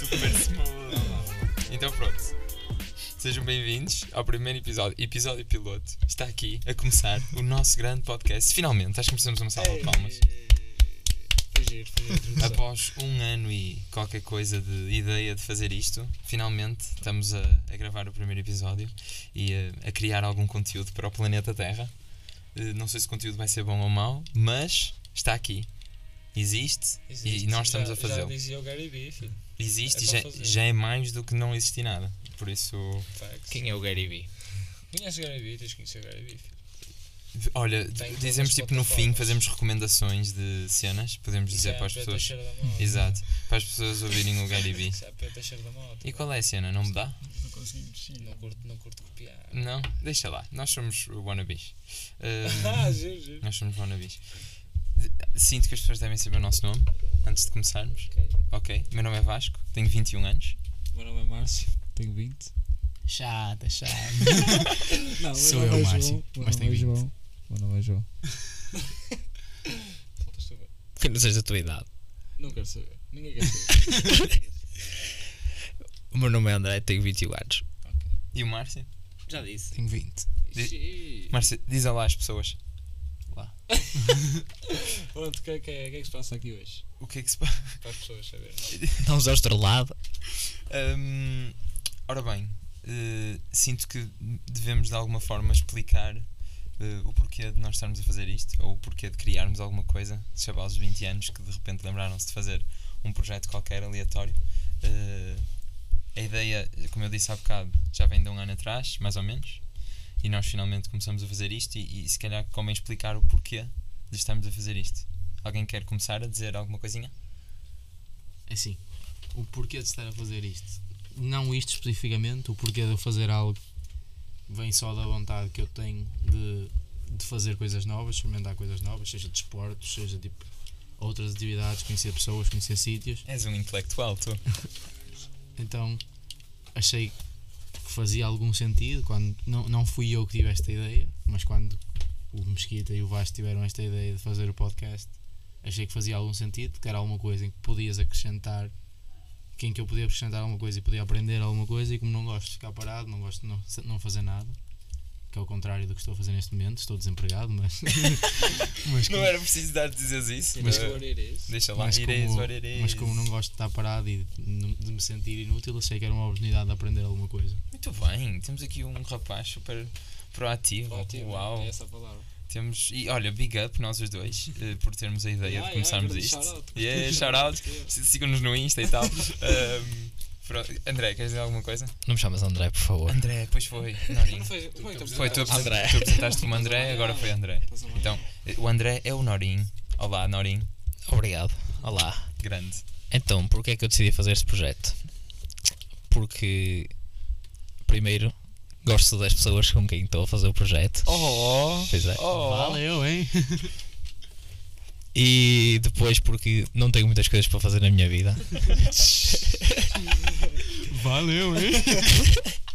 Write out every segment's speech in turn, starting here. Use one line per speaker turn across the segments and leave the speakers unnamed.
super smooth. Então pronto. Sejam bem-vindos ao primeiro episódio, episódio piloto. Está aqui a começar o nosso grande podcast. Finalmente, acho que precisamos de uma salva de palmas.
Foi giro, foi giro.
Após um ano e qualquer coisa de ideia de fazer isto, finalmente estamos a, a gravar o primeiro episódio e a- a, criar algum conteúdo para o planeta Terra. Eh, Não sei se o conteúdo vai ser bom ou mau, mas está aqui. Existe,
Existe,
e nós estamos
já-
a fazê-lo.
Já dizia o Gary B, filho.
Existe
É
e
só
já,
fazer.
já é mais do que não existir nada. Por isso,
Facts.
Quem é o Gary B?
Conheces o Gary B? Tens que conhecer o Gary B, filho.
olha,
Tem todas
dizemos
as
tipo no fim,
plataformas.
fazemos recomendações de cenas, podemos
Isso
dizer
é a
para as
Pedro
pessoas.
Teixeira da Mota.
Exato, para as pessoas ouvirem o Gary B.
Isso é a Pedro Teixeira da Mota.
E qual é a cena? Não me dá?
Não conseguimos, sim.
Não curto, não curto copiar.
Não, deixa lá. Nós somos wannabes.
Ah,
Ahm,
giro, giro.
nós somos wannabes. De- Sinto que as pessoas devem saber o nosso nome antes de começarmos.
Ok.
Ok, meu nome é Vasco, tenho 21 anos.
Meu nome é Márcio, tenho 20.
Chata, chata.
Não, meu
Sou
nome
eu,
é
Márcio,
João. Meu
mas
nome
tenho
é João. Meu nome é João.
Faltas tu ver.
Que não seja da tua idade.
Não quero saber.
Ninguém quer saber.
O meu nome é André, tenho 21 anos.
E o Márcio?
Já disse.
Tenho 20.
é
Di-
Xiii.
Márcio, diz olá às pessoas.
Pronto, o que, é que é o que é que se passa
Passa aqui hoje.
O que é que se passa?
para as pessoas saberem?
Dá-nos ao estrelado.
Hum, ora bem, eh, sinto que devemos de alguma forma explicar eh, o porquê de nós estarmos a fazer isto, ou o porquê de criarmos alguma coisa, de chavalos de 20 anos que de repente lembraram-se de fazer um projeto qualquer aleatório. Eh, a ideia, como eu disse há bocado, já vem de um ano atrás, mais ou menos, e nós finalmente começamos a fazer isto, e, e se calhar convém explicar o porquê de estarmos a fazer isto. Alguém quer começar a dizer alguma coisinha?
Assim, o porquê de estar a fazer isto? Não isto especificamente, o porquê de eu fazer algo vem só da vontade que eu tenho de, de fazer coisas novas, experimentar coisas novas, seja desportos, seja tipo outras atividades, conhecer pessoas, conhecer sítios.
És um intelectual, tu.
Então achei que fazia algum sentido quando não, não fui eu que tive esta ideia, mas quando o Mesquita e o Vasco tiveram esta ideia de fazer o podcast, achei que fazia algum sentido, que era alguma coisa em que podias acrescentar, que em que eu podia acrescentar alguma coisa e podia aprender alguma coisa, e como não gosto de ficar parado, não gosto de não, não fazer nada, que é o contrário do que estou a fazer neste momento, estou desempregado, mas, mas
Não era preciso dar dizeres isso.
Mas
eh,
what it is.
Deixa lá,
mas,
irei
como,
what it is.
mas como não gosto de estar parado e de, de me sentir inútil, achei que era uma oportunidade de aprender alguma coisa.
Muito bem, temos aqui um rapaz super proativo.
Proativo,
Uau.
É essa a palavra.
Temos, e olha, big up nós os dois eh, por termos a ideia
Ah,
de começarmos
grande
isto.
shout-out.
Yeah, shout-out. Sigam-nos no Insta e tal. Ahm, pro- André, queres dizer alguma coisa?
Não me chamas André, por favor.
André, pois foi.
Não
Norinho.
foi, como é que tu
Foi, tu
apresentaste?
André.
apresentaste, tu apresentaste como André, agora foi André.
Estás a
Então, eh, o André é o Norinho. Olá, Norinho.
Obrigado. Olá.
Grande.
Então, porquê é que eu decidi fazer este projeto? Porque, primeiro, gosto das pessoas com quem estou a fazer o projeto.
Oh!
Pois é.
Oh.
Valeu, hein? E depois, porque não tenho muitas coisas para fazer na minha vida. Valeu, hein?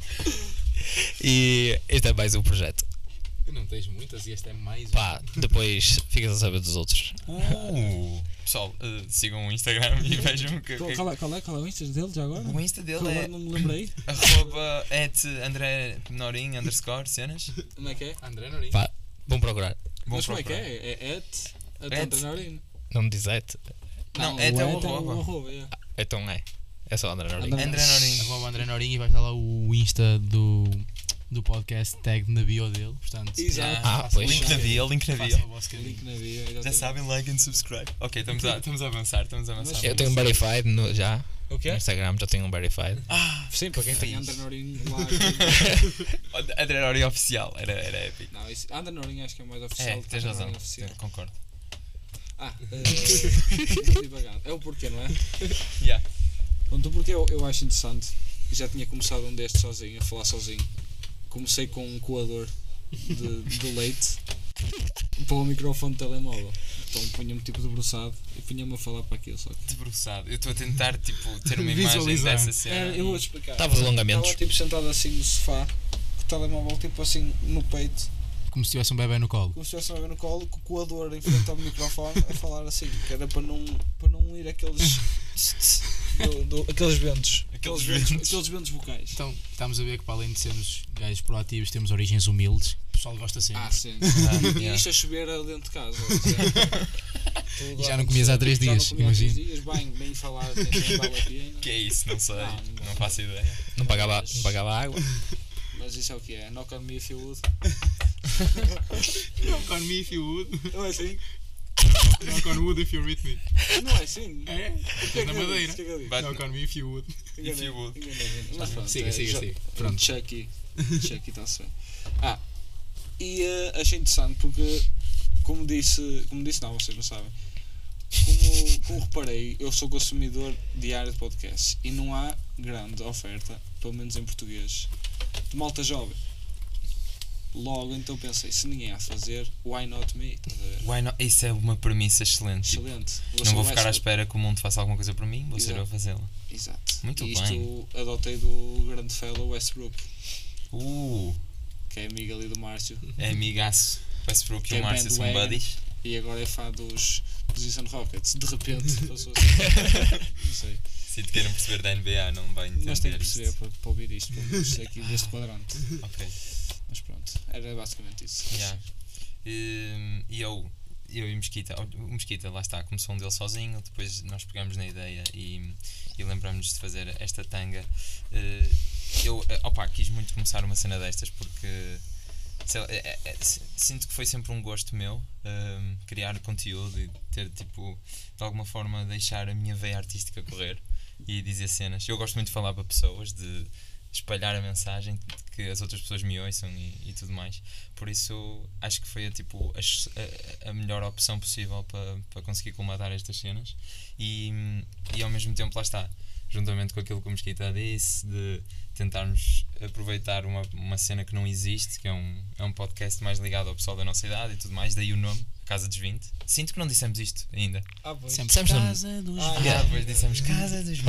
E este é mais um projeto.
Não tens muitas e esta é mais
Pá, depois ficas a saber dos outros.
Uh, pessoal, eh, sigam o Instagram e vejam o que,
Qual,
que-
qual é, qual é, qual é o Insta dele já agora?
O Insta dele
Qual
é
é? Não me lembrei.
arroba at André Norim underscore cenas.
Como é que é?
André Norim. Pá, vão procurar.
Vou
Mas como é que
procurar.
é? É at. At
At.
André Norin.
Não me diz et,
Não,
Não,
é até
o
o
at é o
arroba.
Arroba, yeah.
então é. É só André Norim.
André-
André Norim.
Arroba André Norim e vai estar lá o Insta do, do podcast tag na bio dele. Portanto, se
Exato.
quiserem,
Ah,
façam
pois.
o
Link
vosso-
na bio, link na
façam
bio.
o vosso caminho.
Link na bio.
Já
exatamente.
sabem, like and subscribe. Ok, estamos a, estamos a avançar, estamos a avançar.
Eu tenho um verified no- já
O que
no
é?
Instagram, já tenho um verified.
Ah,
Sim, para quem tem
Fixe.
André Norin lá.
André Norim oficial, era, era épico.
Não, isso, André Norin acho que é o mais oficial.
É,
do que
tens
André
razão,
Norin Oficial.
concordo.
Ah, eh, devagar. é o porquê, não é?
Yeah.
Pronto, o porquê eu, eu acho interessante. Já tinha começado um destes sozinho, a falar sozinho. Comecei com um coador de, de leite para o microfone de telemóvel. Então punha-me tipo debruçado e punha-me a falar para aquilo. Só que.
Debruçado. Eu estou a tentar, tipo, ter uma imagem
Visualizar.
dessa
Era,
cena.
É, eu vou explicar.
Estavas alongamentos.
Estava tipo sentado assim no sofá, com o telemóvel tipo assim no peito,
Como se tivesse um bebê no colo.
como se estivesse a ver no colo, com o coador em frente ao microfone a falar assim, que era para não, para não ir aqueles.
do- do- aqueles ventos.
Aqueles
Aqueles ventos vocais.
Então, estamos a ver que para além de sermos gajos proativos, temos origens humildes. O pessoal gosta sempre.
Ah, sim.
Ah,
E
é.
yeah.
isto a chover ali dentro de casa.
Tudo
E já
lá
não
no
comias há
centro.
3
Já
dias,
não comia há três
imagina.
dias, bem, bem falar, tem que vale a pena.
Que é isso, não sei.
Ah, não
Não faço ideia.
Não pagava, não pagava água.
Mas isso é o que é, knock on me if you would.
Knock on me if you would.
Não é assim?
Knock on wood if you're with me.
Não é assim?
É?
O que é que
Na
eu disse? O que é
Madeira.
que eu disse?
But-
Knock on me if you would.
If you would.
Enganei-me.
Tá
Mas pronto,
Siga,
é,
siga,
já-
siga.
Pronto,
Pronto.
Chucky. Chucky está-se bem. Ah, e eh, achei interessante porque, como disse, como disse, não, vocês não sabem. Como, como reparei, eu sou consumidor diário de podcasts e não há grande oferta, pelo menos em português, de malta jovem. Logo, então pensei, se ninguém há a fazer, why not me? Estás a ver?
Why not? Isso é uma premissa excelente. tipo,
Excelente.
não vou
vai
ficar à
ser-
espera que o mundo faça alguma coisa para mim, vou ser eu a
Exato.
fazê-la.
Exato.
Muito
e isto
bem.
adotei do grande fellow Westbrook,
Uh,
que é amigo ali do Márcio.
é amigaço. Westbrook e
Quem
o Márcio são
bandwagon?
buddies.
e agora é fã dos, dos Houston Rockets. De repente passou assim. não sei.
Se te querem perceber da NBA, não vai entender
Mas tenho que
isto.
perceber para, para ouvir isto, pelo menos aqui deste quadrante.
Ok.
Mas pronto, era basicamente isso.
Yeah. Hum, E eu, eu e o Mesquita, o Mesquita lá está, começou um dele sozinho, depois nós pegámos na ideia e, e lembramos-nos de fazer esta tanga. Eh, eu, eh, opá, quis muito começar uma cena destas porque sei lá, é- é- é- s- sinto que foi sempre um gosto meu hum, criar conteúdo e ter, tipo, de alguma forma deixar a minha veia artística correr e dizer cenas. Eu gosto muito de falar para pessoas, de espalhar a mensagem, de que as outras pessoas me ouçam e, e tudo mais. Por isso acho que foi tipo, a, ex- a- a melhor opção possível para, para conseguir colmatar estas cenas e, e ao mesmo tempo lá está, juntamente com aquilo que o Mesquita disse, de tentarmos aproveitar uma, uma cena que não existe, que é um, é um podcast mais ligado ao pessoal da nossa idade e tudo mais, daí o nome, Casa dos 20. Sinto que não dissemos isto ainda.
Ah, pois.
Sempre.
Sempre
Casa dos
Ah,
Yeah,
yeah.
depois dissemos Casa dos 20.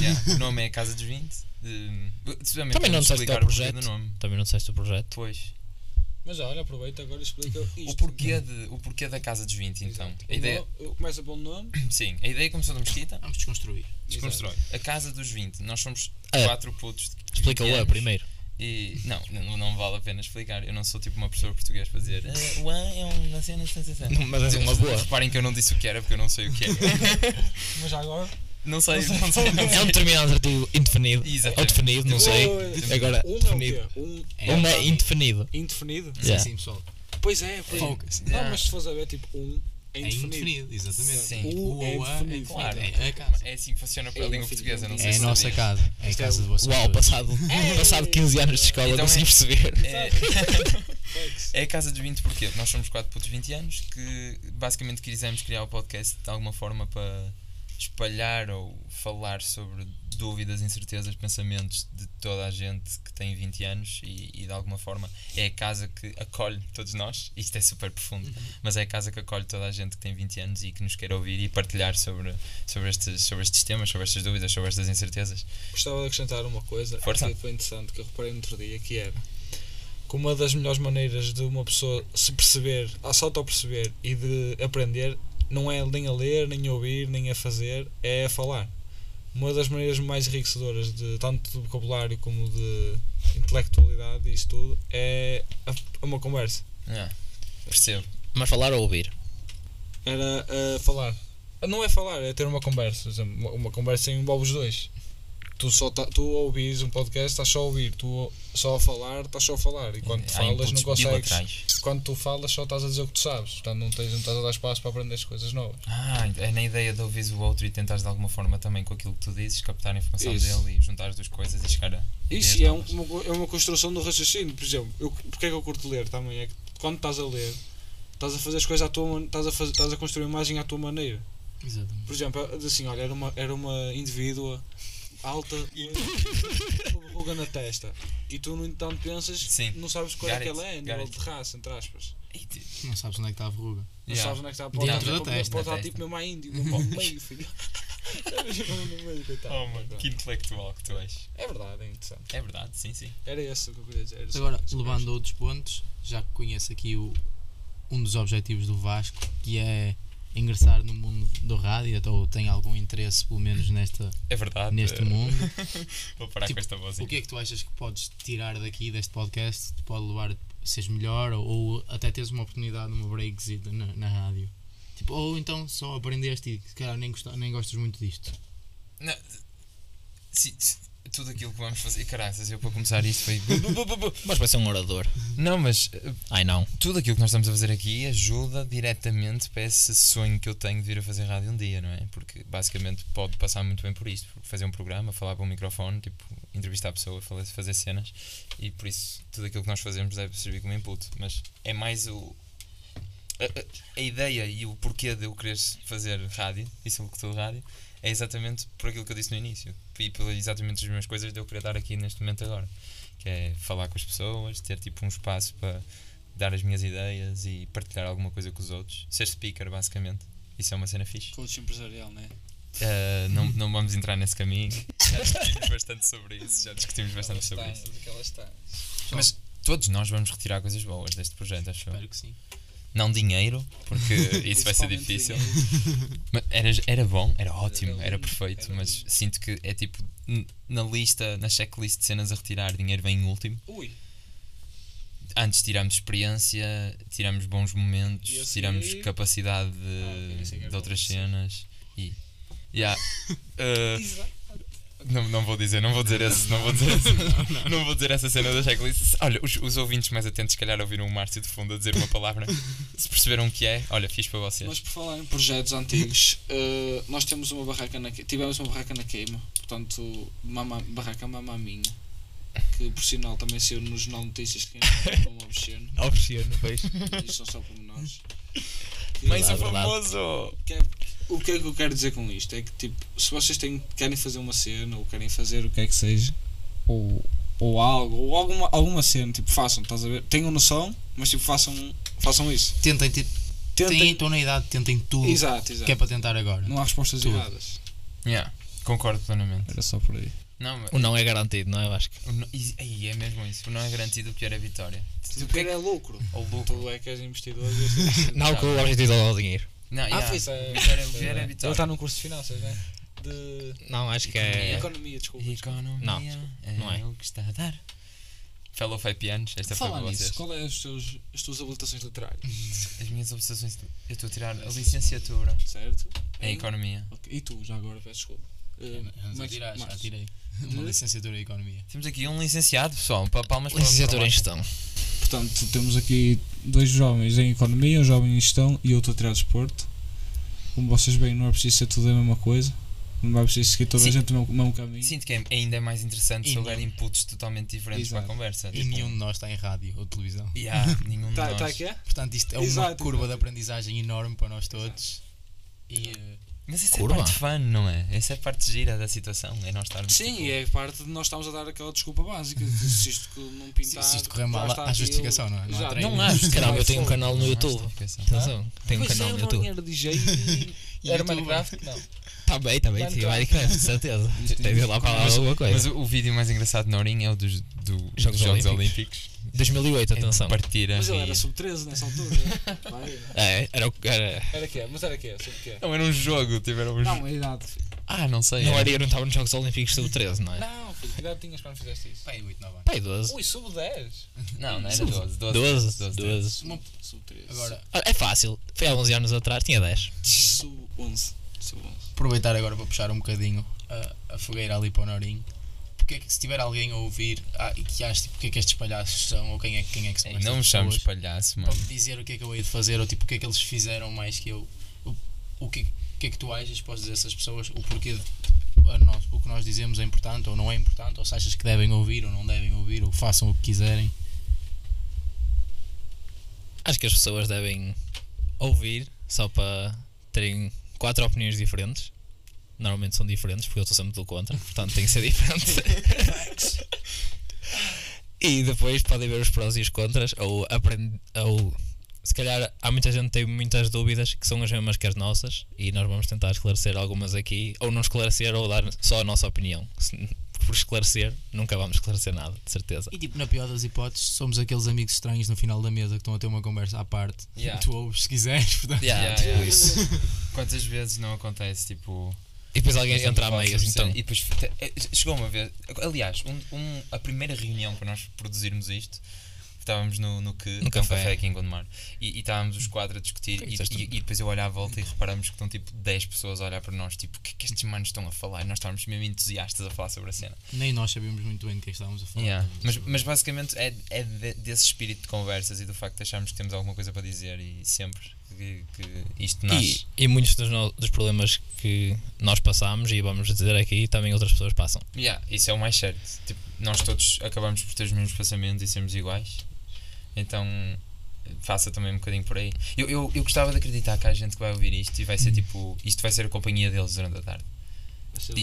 Yeah, o nome é Casa dos 20. hum, precisamente
Ah. Também não
temos de
disseste que é
explicar
o
o porquê
projeto.
do nome.
Também não disseste o projeto.
Pois.
Mas olha, aproveita agora e explica isto.
O porquê, de, o porquê da Casa dos 20, então.
Exato.
A ideia,
O nome- Começa pelo nome.
sim, a ideia começou da Mesquita,
Vamos desconstruir.
desconstrói. A Casa dos 20. Nós somos
É.
quatro putos de
Explica-o
20
eu
anos.
primeiro.
E não, não, não vale a pena explicar. Eu não sou tipo uma pessoa portuguesa para dizer "Ah, o An é uma cena sensação.
Mas és É uma boa.
Reparem que eu não disse o que era porque eu não sei o que é.
Mas já agora.
Não sei, não sei. Não
É
sei.
um determinado artigo indefinido.
Exatamente.
Ou definido, não sei.
Oh,
Agora,
Um é o quê?
definido.
Um
É,
Um é indefinido.
indefinido?
Sim,
Yeah.
sim, pessoal.
Pois é, pois é.
Focus.
Não, mas se fores a ver, tipo, um é
É
indefinido.
indefinido, exatamente.
Sim.
O
O é
ou a é
indefinido.
Claro.
indefinido. É a casa.
É assim que funciona para a
É
língua
indefinido.
portuguesa. Não sei
É a
se
nossa
sabias.
casa. É a
Isto é
casa de vocês.
Uau,
todos.
passado, passado 15 anos de escola
Então
consegui
é-
perceber.
É,
Focus.
é a casa dos 20 porquê? Nós somos 4 putos de 20 anos que basicamente quisemos criar o podcast de alguma forma para espalhar ou falar sobre dúvidas, incertezas, pensamentos de toda a gente que tem 20 anos e, e de alguma forma é a casa que acolhe todos nós. Isto é super profundo,
Uhum.
mas é a casa que acolhe toda a gente que tem 20 anos e que nos quer ouvir e partilhar sobre, sobre, estes, sobre estes temas, sobre estas dúvidas, sobre estas incertezas.
Gostava de acrescentar uma coisa
Força.
que foi interessante que eu reparei no outro dia, que era que uma das melhores maneiras de uma pessoa se perceber, a se auto-perceber e de aprender, não é nem a ler, nem a ouvir, nem a fazer, é a falar. Uma das maneiras mais enriquecedoras de tanto de vocabulário como de intelectualidade e isso tudo é a- uma conversa.
Ah, percebo.
Mas falar ou ouvir?
Era a falar. Não é falar, é ter uma conversa. por exemplo, Uma, uma conversa envolve os dois. Tu só tá, tu a ouvires um podcast, estás só a ouvir. Tu só a falar, estás só a falar. E quando tu
Há
falas, não
inputs
consegues.
bilaterais.
Quando tu falas, só estás a dizer o que tu sabes. Portanto, não, tens, não estás a dar espaço para aprender as coisas novas.
Ah, é na ideia de ouvires o outro e tentares de alguma forma também com aquilo que tu dizes, captar a informação
Isso.
dele e juntar as duas coisas e chegar a. ideias
Isso é, um-
novas.
uma, co- é uma construção do raciocínio. Por exemplo, eu, porque é que eu curto ler também? É que quando estás a ler, estás a fazer as coisas à tua man- estás a, faz- estás a construir uma imagem à tua maneira.
Exatamente.
Por exemplo, eu- assim, olha, era uma, era uma indivídua alta, uma ruga na testa. E tu, no entanto, pensas,
Sim.
não sabes qual é
Got
que
it,
ela é, a
got
nível
it.
de raça, entre aspas.
Ei, te-
Não sabes onde é que está a verruga.
Não
Yeah.
sabes onde é que está a
Dentro da
pode- Pode
testa,
da
estar
testa.
tipo mesmo à índio, mesmo ao meio, filho. Mesmo ao meio, coitado.
Oh,
Tá,
mano, que intelectual que tu és.
É verdade, é interessante.
É verdade, sim, sim.
Era esse o que eu queria dizer. era só
Agora,
isso.
levando a outros pontos, já que conheço aqui o, um dos objetivos do Vasco, que é ingressar no mundo do rádio ou tem algum interesse, pelo menos, nesta,
É verdade.
neste
eh,
mundo,
Vou parar
Tipo,
com esta voz
o que é que tu achas que podes tirar daqui deste podcast que te pode levar a seres melhor ou, ou até teres uma oportunidade numa breakzita na, na rádio? Tipo, ou então só aprendeste e se calhar nem, gosta- nem gostas muito disto.
Não, se- se- tudo aquilo que vamos fazer. Caraças, eu para começar isto foi.
Mas vai ser um orador.
Não, mas eh,
Ai não.
tudo aquilo que nós estamos a fazer aqui ajuda diretamente para esse sonho que eu tenho de vir a fazer rádio um dia, não é? Porque basicamente pode passar muito bem por isto, por fazer um programa, falar para um microfone, tipo, entrevistar a pessoa, falar- fazer cenas, e por isso tudo aquilo que nós fazemos deve servir como input. Mas é mais o. A, a- a ideia e o porquê de eu querer fazer rádio e ser locutor de rádio é exatamente por aquilo que eu disse no início e pelas exatamente as mesmas coisas de eu querer dar aqui neste momento agora, que é falar com as pessoas, ter tipo um espaço para dar as minhas ideias e partilhar alguma coisa com os outros. Ser speaker, basicamente. Isso é uma cena fixe.
Coach empresarial, né?
Uh, não, não vamos entrar nesse caminho. Já discutimos bastante sobre isso. Já discutimos bastante sobre isso.
é
Aquelas tãs.
Mas todos nós vamos retirar coisas boas deste projeto, acho eu.
Espero que sim.
Não dinheiro, porque isso vai ser
Principalmente
difícil.
ninguém-
Mas Era, era bom, era ótimo,
lindo,
era perfeito,
era
mas sinto que é tipo n- na lista, na checklist de cenas a retirar, dinheiro vem em último.
Ui,
Antes tiramos experiência, tiramos bons momentos,
E a seguir-
tiramos capacidade de,
Ah, ok, isso é que é
de outras
bom, sim.
cenas e. Yeah. Uh, não, não vou dizer, não vou dizer esse, não vou dizer esse, não vou dizer essa cena da checklist. Olha, os, os ouvintes mais atentos, se calhar, ouviram o Márcio de fundo a dizer uma palavra. Se perceberam o que é, olha, fiz para vocês.
Mas por falar em projetos antigos, eh, nós temos uma barraca na que- tivemos uma barraca na queima, portanto, mama, barraca Mama Minha, que por sinal também saiu no Jornal de Notícias, que é um obsceno,
Obsceno, pois.
é? isto são só pormenores.
Mais
é
um
verdade.
famoso!
Que- O que é que eu quero dizer com isto? É que, tipo, se vocês têm, querem fazer uma cena, ou querem fazer o que é que seja, ou, ou algo, ou alguma, alguma cena, tipo, façam, estás a ver? Tenham noção, mas, tipo, façam, façam isso.
Tentem, te- tentem,
Tentem.
estão na idade, tentem tudo
Exato, exato.
que é para tentar agora.
Não há respostas
Tudo.
erradas.
Yeah, concordo plenamente.
Era só por aí.
Não, mas-
O não é garantido, não é, Vasco?
o não- e- aí é mesmo isso. O não é garantido, o pior é a vitória.
Tu quer é lucro.
Ou lucro.
Tu é que és investidor. e assim. Ah, és investidor.
Não, que o objetivo é o dinheiro.
Não, yeah.
foi isso, é-
O pior é, o
foi,
pior é a
é.
vitória.
tá
está num curso de finanças, né? De.
Não, acho que é.
Economia, desculpa. desculpa.
Economia
Não,
é,
não é.
o que está a dar. Fellow Fapianos, esta foi para
Falar nisso,
vocês.
qual é as tuas, as tuas habilitações literárias?
As minhas observações. Eu estou a tirar a licenciatura
Certo?
em economia.
Ok, E tu, já agora, peço desculpa. Eh,
Mas,
Marcos-
atirar, já
Marcos.
tirei
Eh,
uma licenciatura em Economia.
Temos aqui um licenciado, pessoal. Pa- Palmas para
Licenciatura
para
em
o-
gestão.
Portanto, temos aqui dois jovens em economia, um jovem em gestão e outro a tirar desporto. Como vocês veem, não é preciso ser tudo a mesma coisa. Não vai preciso seguir toda
Sim.
a gente o mesmo, o mesmo caminho.
Sinto que é ainda é mais interessante
E
se houver
nenhum.
inputs totalmente diferentes
Exato.
para a conversa.
E nenhum de nós está em rádio ou televisão.
Yeah, nenhum de
Tá,
nós.
tá aqui, é?
Portanto, isto é uma
Exato,
curva
exato.
de aprendizagem enorme para nós todos. E, eh,
Mas essa
Curva.
é a parte fã, não é? Essa é a parte gira da situação. É nós estarmos.
Sim,
tipo,
é parte de nós estamos a dar aquela desculpa básica. de Se isto que não pintar.
eh, se isto correr
já
mal,
está
há
aquilo.
justificação, não é? Não há
Exato.
treino.
Não há justificação.
Caramba, eu tenho um canal no
não há
YouTube.
justificação.
Atenção, tenho um
Pois
canal
é,
no
eu não
YouTube.
era DJ e-
Era
YouTube.
Minecraft? Não.
Tá bem, tá bem,
Minecraft.
sim, Minecraft, de certeza. Tem de ir lá para lá
Mas-
alguma
Mas
coisa.
o, o vídeo mais engraçado na Ourinha é o dos, do- dos
Jogos
Jogos,
Olímpicos.
Olímpicos.
2008, atenção.
É de partir a
Mas ele era
rir.
sub-13 nessa altura. né? Vai.
É, era o que era.
Era que é? Mas era que é? Sobre que é?
Não, era um jogo. Tipo, era um jogo.
Não, é idade.
Ah, não sei.
Não
é.
era eu não estava nos Jogos Olímpicos sub-13, não é?
Não, filho, que idade tinhas quando fizeste isso?
Pai, oito, nove anos.
Pai, 12.
Ui, sub 10.
não, não era 12. 12.
12,
12.
12.
Uma-
Sub-13.
Agora,
Ah, É fácil. Foi há 11 anos atrás, tinha 10.
Sub-11. Sub-11.
aproveitar agora para puxar um bocadinho a, a fogueira ali para o Norinho. Porque é que se tiver alguém a ouvir ah, e que acha tipo, porque é que estes palhaços são ou quem é, quem é que são
Ei,
estas
Não me chames
pessoas,
palhaço,
para me
mano.
dizer o que é que eu hei de fazer ou tipo o que é que eles fizeram mais que eu. O, o que, o que é que tu achas? Podes dizer a essas pessoas o porquê de- a nós- o que nós dizemos é importante ou não é importante, ou se achas que devem ouvir ou não devem ouvir, ou façam o que quiserem.
Acho que as pessoas devem ouvir só para terem quatro opiniões diferentes. Normalmente são diferentes, porque eu estou sempre do contra, portanto tem que ser diferente. e depois podem ver os prós e os contras, ou aprender. Ou, se calhar há muita gente que tem muitas dúvidas que são as mesmas que as nossas, e nós vamos tentar esclarecer algumas aqui, ou não esclarecer, ou dar só a nossa opinião. Se- por esclarecer, nunca vamos esclarecer nada, de certeza.
E tipo, na pior das hipóteses, somos aqueles amigos estranhos no final da mesa que estão a ter uma conversa à parte.
Yeah.
Tu ouves se quiseres, portanto.
Yeah,
Yeah,
tipo
yeah.
isso.
Quantas vezes não acontece, tipo...
E depois alguém
nós não
entra a
falamos
meio,
sobre
então.
cena. E depois, te- eh, chegou uma vez, aliás, um- um- a primeira reunião para nós produzirmos isto, estávamos no, no que
No
que é um
café.
café aqui em Gondomar, e, e estávamos os quatro a discutir,
Ok,
e,
disseste
e-
tudo.
e depois eu olho à volta e reparamos que estão tipo 10 pessoas a olhar para nós, tipo, o que é que estes manos estão a falar? E nós estávamos mesmo entusiastas a falar sobre a cena.
Nem nós sabíamos muito bem de quem estávamos a falar.
Yeah. Mas, mas basicamente é, é de- desse espírito de conversas e do facto de acharmos que temos alguma coisa para dizer e sempre que, que isto nasce.
E, e muitos dos, no- dos problemas que nós passamos e vamos dizer aqui, também outras pessoas passam.
Yeah, isso é o mais certo. Tipo, nós todos acabamos por ter os mesmos pensamentos e sermos iguais. Então, faça também um bocadinho por aí. Eu, eu, eu gostava de acreditar que há gente que vai ouvir isto e vai ser tipo. Isto vai ser a companhia deles durante a tarde.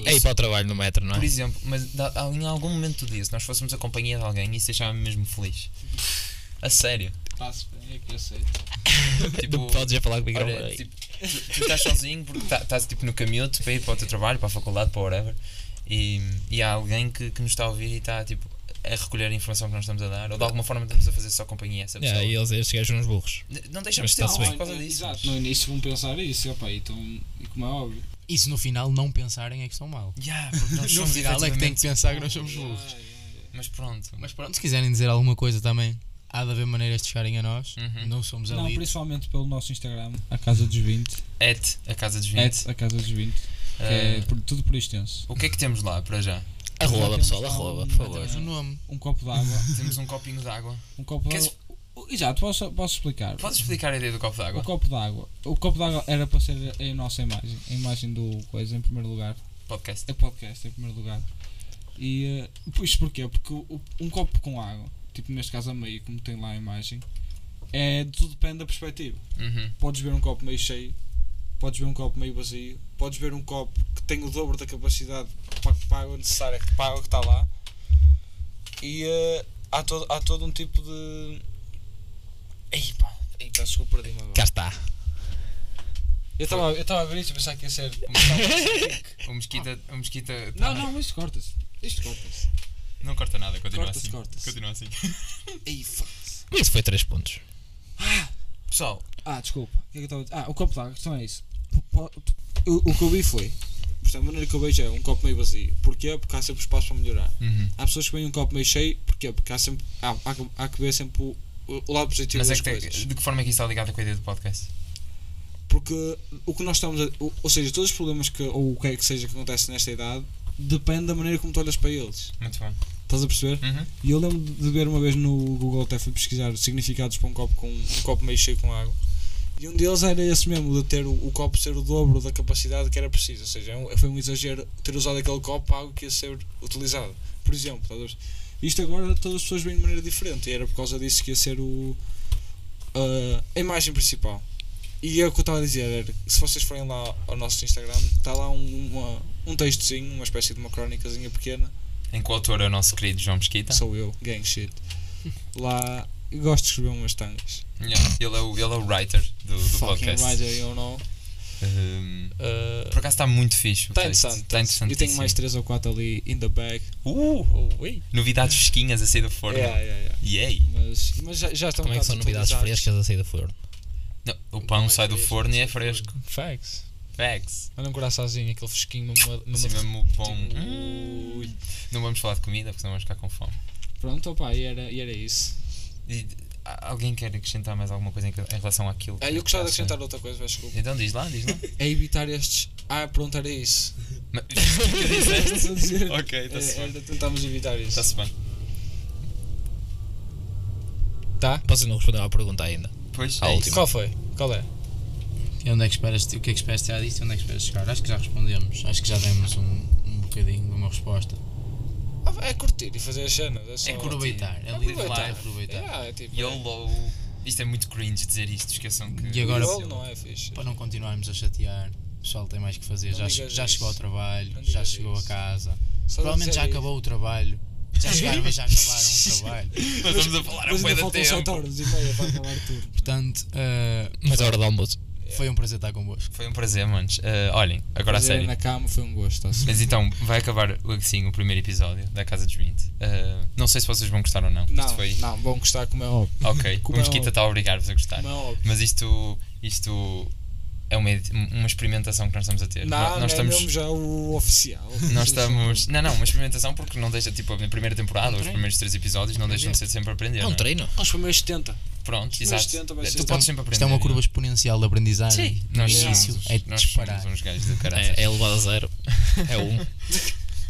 É ir para o trabalho no metro, não
Por
é?
exemplo, mas da- em algum momento do dia, se nós fôssemos a companhia de alguém, isso deixava-me mesmo feliz. A sério.
Passo bem, é que eu aceito.
Tipo,
Podes já falar comigo.
Olha, tipo, tu, tu estás sozinho porque tá- estás tipo no caminho para ir para o teu trabalho, para a faculdade, para whatever. E, e há alguém que, que nos está a ouvir e está tipo a recolher a informação que nós estamos a dar, ou de alguma forma estamos a fazer só companhia a essa pessoa.
Yeah, e É, eles, estes gajos são uns burros.
N- Não deixamos de
Mas
ter
está-se
Ah, por
bem.
causa disso.
Exato, no início vão pensar isso, opa, então, e como é óbvio.
E se no final não pensarem é que estão mal.
Yeah, porque nós
No
somos
final é que tem
efetivamente-
que pensar que nós somos burros.
Ah, yeah.
Mas pronto.
Mas pronto, se quiserem dizer alguma coisa também, há de haver maneiras de chegarem a nós.
Uhum.
Não somos
Não,
ali.
principalmente pelo nosso Instagram, a Casa dos 20.
Et, a casa dos 20.
At a Casa dos 20. Que
Eh,
é por- tudo por extenso.
o que é que temos lá para já?
Arroba,
temos
pessoal,
lá
arroba,
um-
por favor.
Temos o nome.
Um copo d'água.
Temos um copinho de água.
Um copo
Queres-
d'água. Exato, posso, posso explicar.
Podes explicar a ideia do copo de água?
O copo d'água. O copo d'água era para ser a nossa imagem. A imagem do coisa em primeiro lugar.
Podcast.
É podcast em primeiro lugar. E eh, pois porquê? Porque o- o- um copo com água, tipo neste caso a meio, como tem lá a imagem, é tudo depende da perspectiva.
Uhum.
Podes ver um copo meio cheio, podes ver um copo meio vazio, podes ver um copo que tem o dobro da capacidade para, para a água necessária para a água que está lá. E eh, há, todo, há todo um tipo de. Ei pá, ei, peço desculpa, perdi-me agora.
Cá está.
Eu estava eu estava a ver isso e pensar que ia ser.
O mosquita. O mosquita
não, não, isto corta-se. Isto corta-se.
tá- Não corta nada, continua
Corta-se,
assim.
corta-se.
Continua assim.
Ei, fuck.
Isso foi 3 pontos.
Pessoal,
Ah, desculpa. O que é que eu estava a dizer? Ah, o copo d'água, a questão é isso. P- po- O, o que eu vi foi. Portanto, a maneira que eu vejo é um copo meio vazio. Porquê? Porque há sempre espaço para melhorar.
Uhum.
Há pessoas que veem um copo meio cheio. Porquê? Porque há sempre. Há, há, que- há que ver sempre o, o lado positivo
Mas é
das
que tem-
coisas.
de que forma é que isso está ligado com a ideia do podcast?
Porque o que nós estamos a. o- ou seja, todos os problemas que. Ou o que é que seja que acontece nesta idade. Depende da maneira como tu olhas para eles.
Muito bom.
Estás a perceber?
Uhum.
E eu lembro de ver uma vez no Google até fui pesquisar significados para um copo com um copo meio cheio com água. E um deles era esse mesmo, de ter o, o copo ser o dobro da capacidade que era preciso. Ou seja, é um- foi um exagero ter usado aquele copo para algo que ia ser utilizado. Por exemplo, estás a ver? isto agora todas as pessoas veem de maneira diferente. E era por causa disso que ia ser o, a- a imagem principal. E é o que eu estava a dizer era que se vocês forem lá ao nosso Instagram, está lá um, uma- um textozinho, uma espécie de uma crónicazinha pequena
Em que o autor é o nosso querido João Mesquita.
Tá.
Sou eu, gang shit. Lá gosto de escrever umas tangas.
Yeah, Ele, é o, ele é o writer do, do
Fucking
podcast.
writer, eu não.
Um,
Uh,
por acaso está muito fixe. o
Está
texto.
Tá interessante.
Está interessante.
E tenho mais 3 ou 4 ali in the bag.
Uh,
Oh, ui.
novidades fresquinhas a sair do forno.
Yeah, yeah, yeah.
Yay!
Mas, mas já, já estão um
Como é que são novidades frescas a sair do forno?
Não, o pão sai do forno e é fresco.
Facts.
Facts.
Olha um coraçãozinho, aquele fresquinho numa. numa
Assim mesmo bom.
tipo,
Hum.
Ui.
Não vamos falar de comida porque senão vamos ficar com fome.
Pronto, opa, e era, e era isso.
E, a- alguém quer acrescentar mais alguma coisa em, em relação àquilo?
Ah, eu
que
gostava de
acha?
acrescentar outra coisa, mas desculpa.
Então diz lá, diz lá.
É evitar estes. Ah, pronto, era isso.
Mas- o que disseste?
Estou a dizer,
ok, tá está-se
é,
bem.
era tentámos evitar isso.
Está-se bem.
Tá?
Vocês não responderam à pergunta ainda.
Pois,
A
é
última.
isso.
Qual foi? Qual é?
E onde é que esperas, o que é que esperas tirar disto e onde é que esperas chegar? Acho que já respondemos. Acho que já demos um, um bocadinho de uma resposta.
Ah, É curtir e fazer as cenas. É só.
É curtir.
Aproveitar. É live lá, aproveitar.
Yeah, é tipo.
YOLO. Isto é muito cringe dizer isto, esqueçam que.
E agora-
LOL não é fixe.
Para não continuarmos a chatear, o pessoal tem mais que fazer.
Não
Já,
digas
já
isso.
chegou ao trabalho,
Não
já
digas
chegou
isso.
a casa.
Só
Provavelmente
dizer
já
isso.
acabou o trabalho. Já chegaram e já acabaram o trabalho.
Nós estamos a falar a
Mas
bué
ainda um
da
faltam 7
tempo.
horas e meia para acabar tudo.
Portanto, eh,
Mas é a hora do almoço.
Foi um prazer estar convosco.
Foi um prazer, manos. Eh, olhem, agora a
Fazer
sério.
na cama foi um gosto. assim.
Mas então, vai acabar assim o primeiro episódio da Casa dos 20. Eh, não sei se vocês vão gostar ou não.
Não,
Isto foi.
não, bom gostar como é óbvio.
Ok, o
Como é
Mesquita
óbvio.
está a obrigar-vos a gostar.
Como é óbvio.
Mas isto, isto é uma, ed- uma experimentação que nós estamos a ter.
Não,
Nó-
não,
nós
é
estamos.
mesmo já o oficial.
Nós estamos. Não, não, uma experimentação porque não deixa, tipo, a primeira temporada, ou os primeiros três episódios não deixam de ser sempre a aprender.
É um
não é?
treino.
Aos primeiros 70.
Pronto,
Mas
exato.
tenta, vai
Tu
ser- Isto é
podes
um-
sempre aprender.
Isto é uma curva
não
exponencial de aprendizagem.
Sim,
no
nós
início
somos,
é
nós somos
disparar.
uns gajos do caralho.
É, é elevado a zero. É um.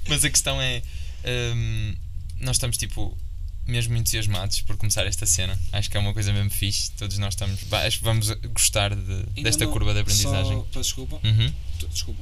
Mas a questão é. hum, nós estamos tipo. Mesmo entusiasmados por começar esta cena. Acho que é uma coisa mesmo fixe. Todos nós estamos. ba- Acho que vamos gostar de- desta curva de aprendizagem.
Só, peço desculpa,
Uhum.
tu- desculpa.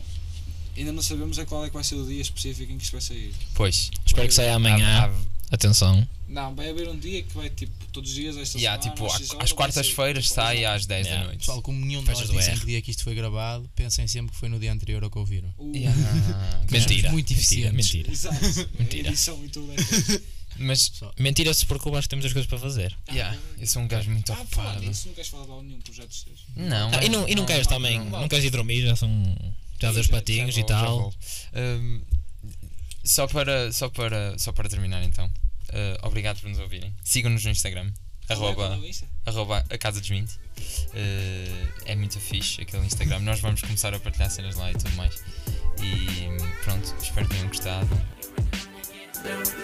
Ainda não sabemos a qual é que vai ser o dia específico em que isto vai sair.
Pois.
Espero que saia amanhã. Atenção.
Não, vai haver um dia que vai tipo todos os dias esta
Yeah,
semana.
tipo,
às
à- às
seis horas, vai sair. Tipo,
quartas-feiras sai às 10 da
Yeah.
noite.
Pessoal, como nenhum de
Fechas
nós
do
disse em
R.
que dia que isto foi gravado, pensem sempre que foi no dia anterior ao que ouviram.
O-
Ah,
Mas
Mentira.
somos muito
mentira,
eficientes.
mentira.
Exato.
Mentira.
A edição e tudo. é tudo.
Mas,
Mentira se porque eu acho que temos as coisas para fazer.
yeah, eu sou um gajo muito
Ah, pá,
ocupado.
nisso não queres falar de algum projeto seus.
Não,
Ah, e não, e não queres também, não, queres ir dormir, já são. Já
Sim,
os
já-
patinhos
Já
e
vou, já
tal.
vou. Ahm, só, para, só, para, só para terminar, então. ah, obrigado por nos ouvirem. Sigam-nos no Instagram.
é
Arroba, arroba a casa dos 20. Ah, é muito fixe aquele Instagram. Nós vamos começar a partilhar hum, cenas lá e tudo mais. E pronto, espero que tenham gostado.
Thank